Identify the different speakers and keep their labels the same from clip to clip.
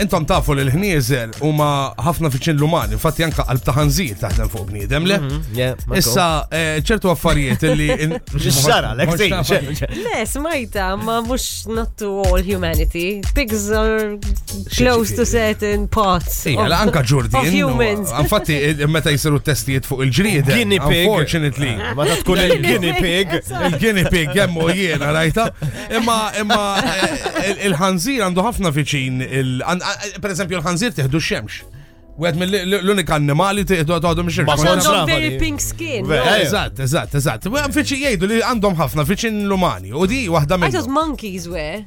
Speaker 1: intom tafu li l-ħnieżer huma ħafna fiċin l-uman, infatti anka qalb ta' ħanżir taħdem fuq bniedem le. Issa eh, ċertu affarijiet li
Speaker 2: Xara, l-ek
Speaker 3: Le, smajta, ma mux not to all humanity. Pigs are close to certain parts.
Speaker 1: Sija,
Speaker 3: of-
Speaker 1: anka
Speaker 3: Of
Speaker 1: Ġurdin.
Speaker 3: humans.
Speaker 1: Infatti, meta jisiru testijiet fuq il-ġrieda.
Speaker 2: Guinea pig.
Speaker 1: Unfortunately.
Speaker 2: Ma ta' tkun il-guinea pig.
Speaker 1: Il-guinea pig jemmu jiena rajta. Imma imma eh, il- il-ħanżir għandu ħafna fiċin. il- an- a- Per eżempju, il-ħanżir teħdu xemx. U għed mill-unika annimali teħdu għadu mxirx.
Speaker 2: Ma
Speaker 3: Għandhom
Speaker 2: Kontra
Speaker 3: very
Speaker 2: vari.
Speaker 3: pink skin.
Speaker 2: Ve-
Speaker 3: no?
Speaker 2: eh.
Speaker 1: Eżatt, eżatt, eżatt. U għan Fiċin jgħidu li għandhom ħafna fiċin l-umani. U di waħda
Speaker 3: I
Speaker 1: minn.
Speaker 3: thought monkeys were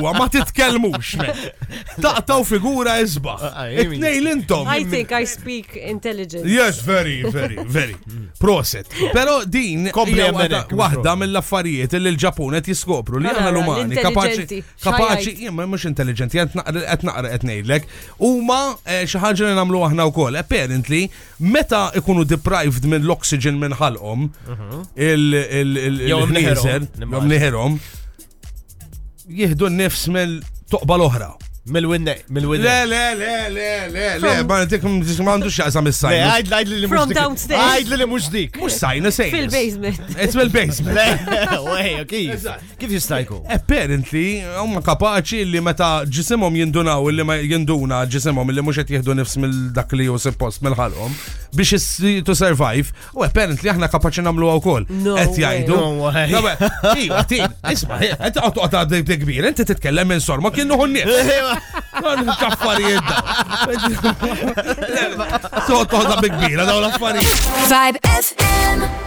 Speaker 1: huwa ma titkellmux me. Taqtaw figura isbaħ.
Speaker 2: I mean-
Speaker 1: Tnejn intom.
Speaker 3: I think I speak intelligent.
Speaker 1: Yes, very, very, very. Proset. Pero din
Speaker 2: Kompli
Speaker 1: hija
Speaker 2: hemmhekk,
Speaker 1: waħda-
Speaker 2: mhux
Speaker 1: waħda
Speaker 2: propju.
Speaker 1: mill-affarijiet li l-Ġapun qed jiskopru li
Speaker 3: Ara,
Speaker 1: aħna l-umani kapaċi
Speaker 3: l-intelligenti,
Speaker 1: kapaċi
Speaker 3: xajajt.
Speaker 1: jien mhux intelligenti qed naqra qed naqra qed ngħidlek huma eh, xi ħaġa li nagħmlu aħna wkoll. Apparently, meta ikunu deprived minn l-oxygen minn ħalqhom Uh-huh. il il il-
Speaker 2: Jew
Speaker 1: il-ħnieżer,
Speaker 2: mniħerhom,
Speaker 1: jew nieħerhom jieħdu n-nifs mill toqba l-oħra.
Speaker 2: Mil-winne, mil-winne.
Speaker 1: Le, le, le, le, le, le, ma ntik m'għandux xaqsam
Speaker 2: Le,
Speaker 1: is-sajn.
Speaker 2: għajd għajd li
Speaker 3: From
Speaker 2: mux dik.
Speaker 3: downstairs.
Speaker 2: Għajd li mux dik.
Speaker 1: Mux sajna sejn.
Speaker 3: Fil-basement.
Speaker 1: It's fil-basement.
Speaker 2: Le, wej, kif? Kif jistajku?
Speaker 1: Apparently, huma kapaċi li meta ġisimhom jindunaw illi ma jinduna ġisimhom illi mhux qed jieħdu nifs mill dak li jusib post mill-ħalqhom biex is- to survive. U apparently aħna kapaċi nagħmluha wkoll.
Speaker 3: No
Speaker 1: Qed
Speaker 3: way.
Speaker 1: jgħidu.
Speaker 2: No way.
Speaker 1: Dabbè, Iva, tin, isma' qed toqgħod għaddej kbir, inti titkellem minn sorma kienu hu nifs. Kaffarijiet daw. Soqgħod toħodha bi kbira daw l-affarijiet.
Speaker 4: Vibe FM.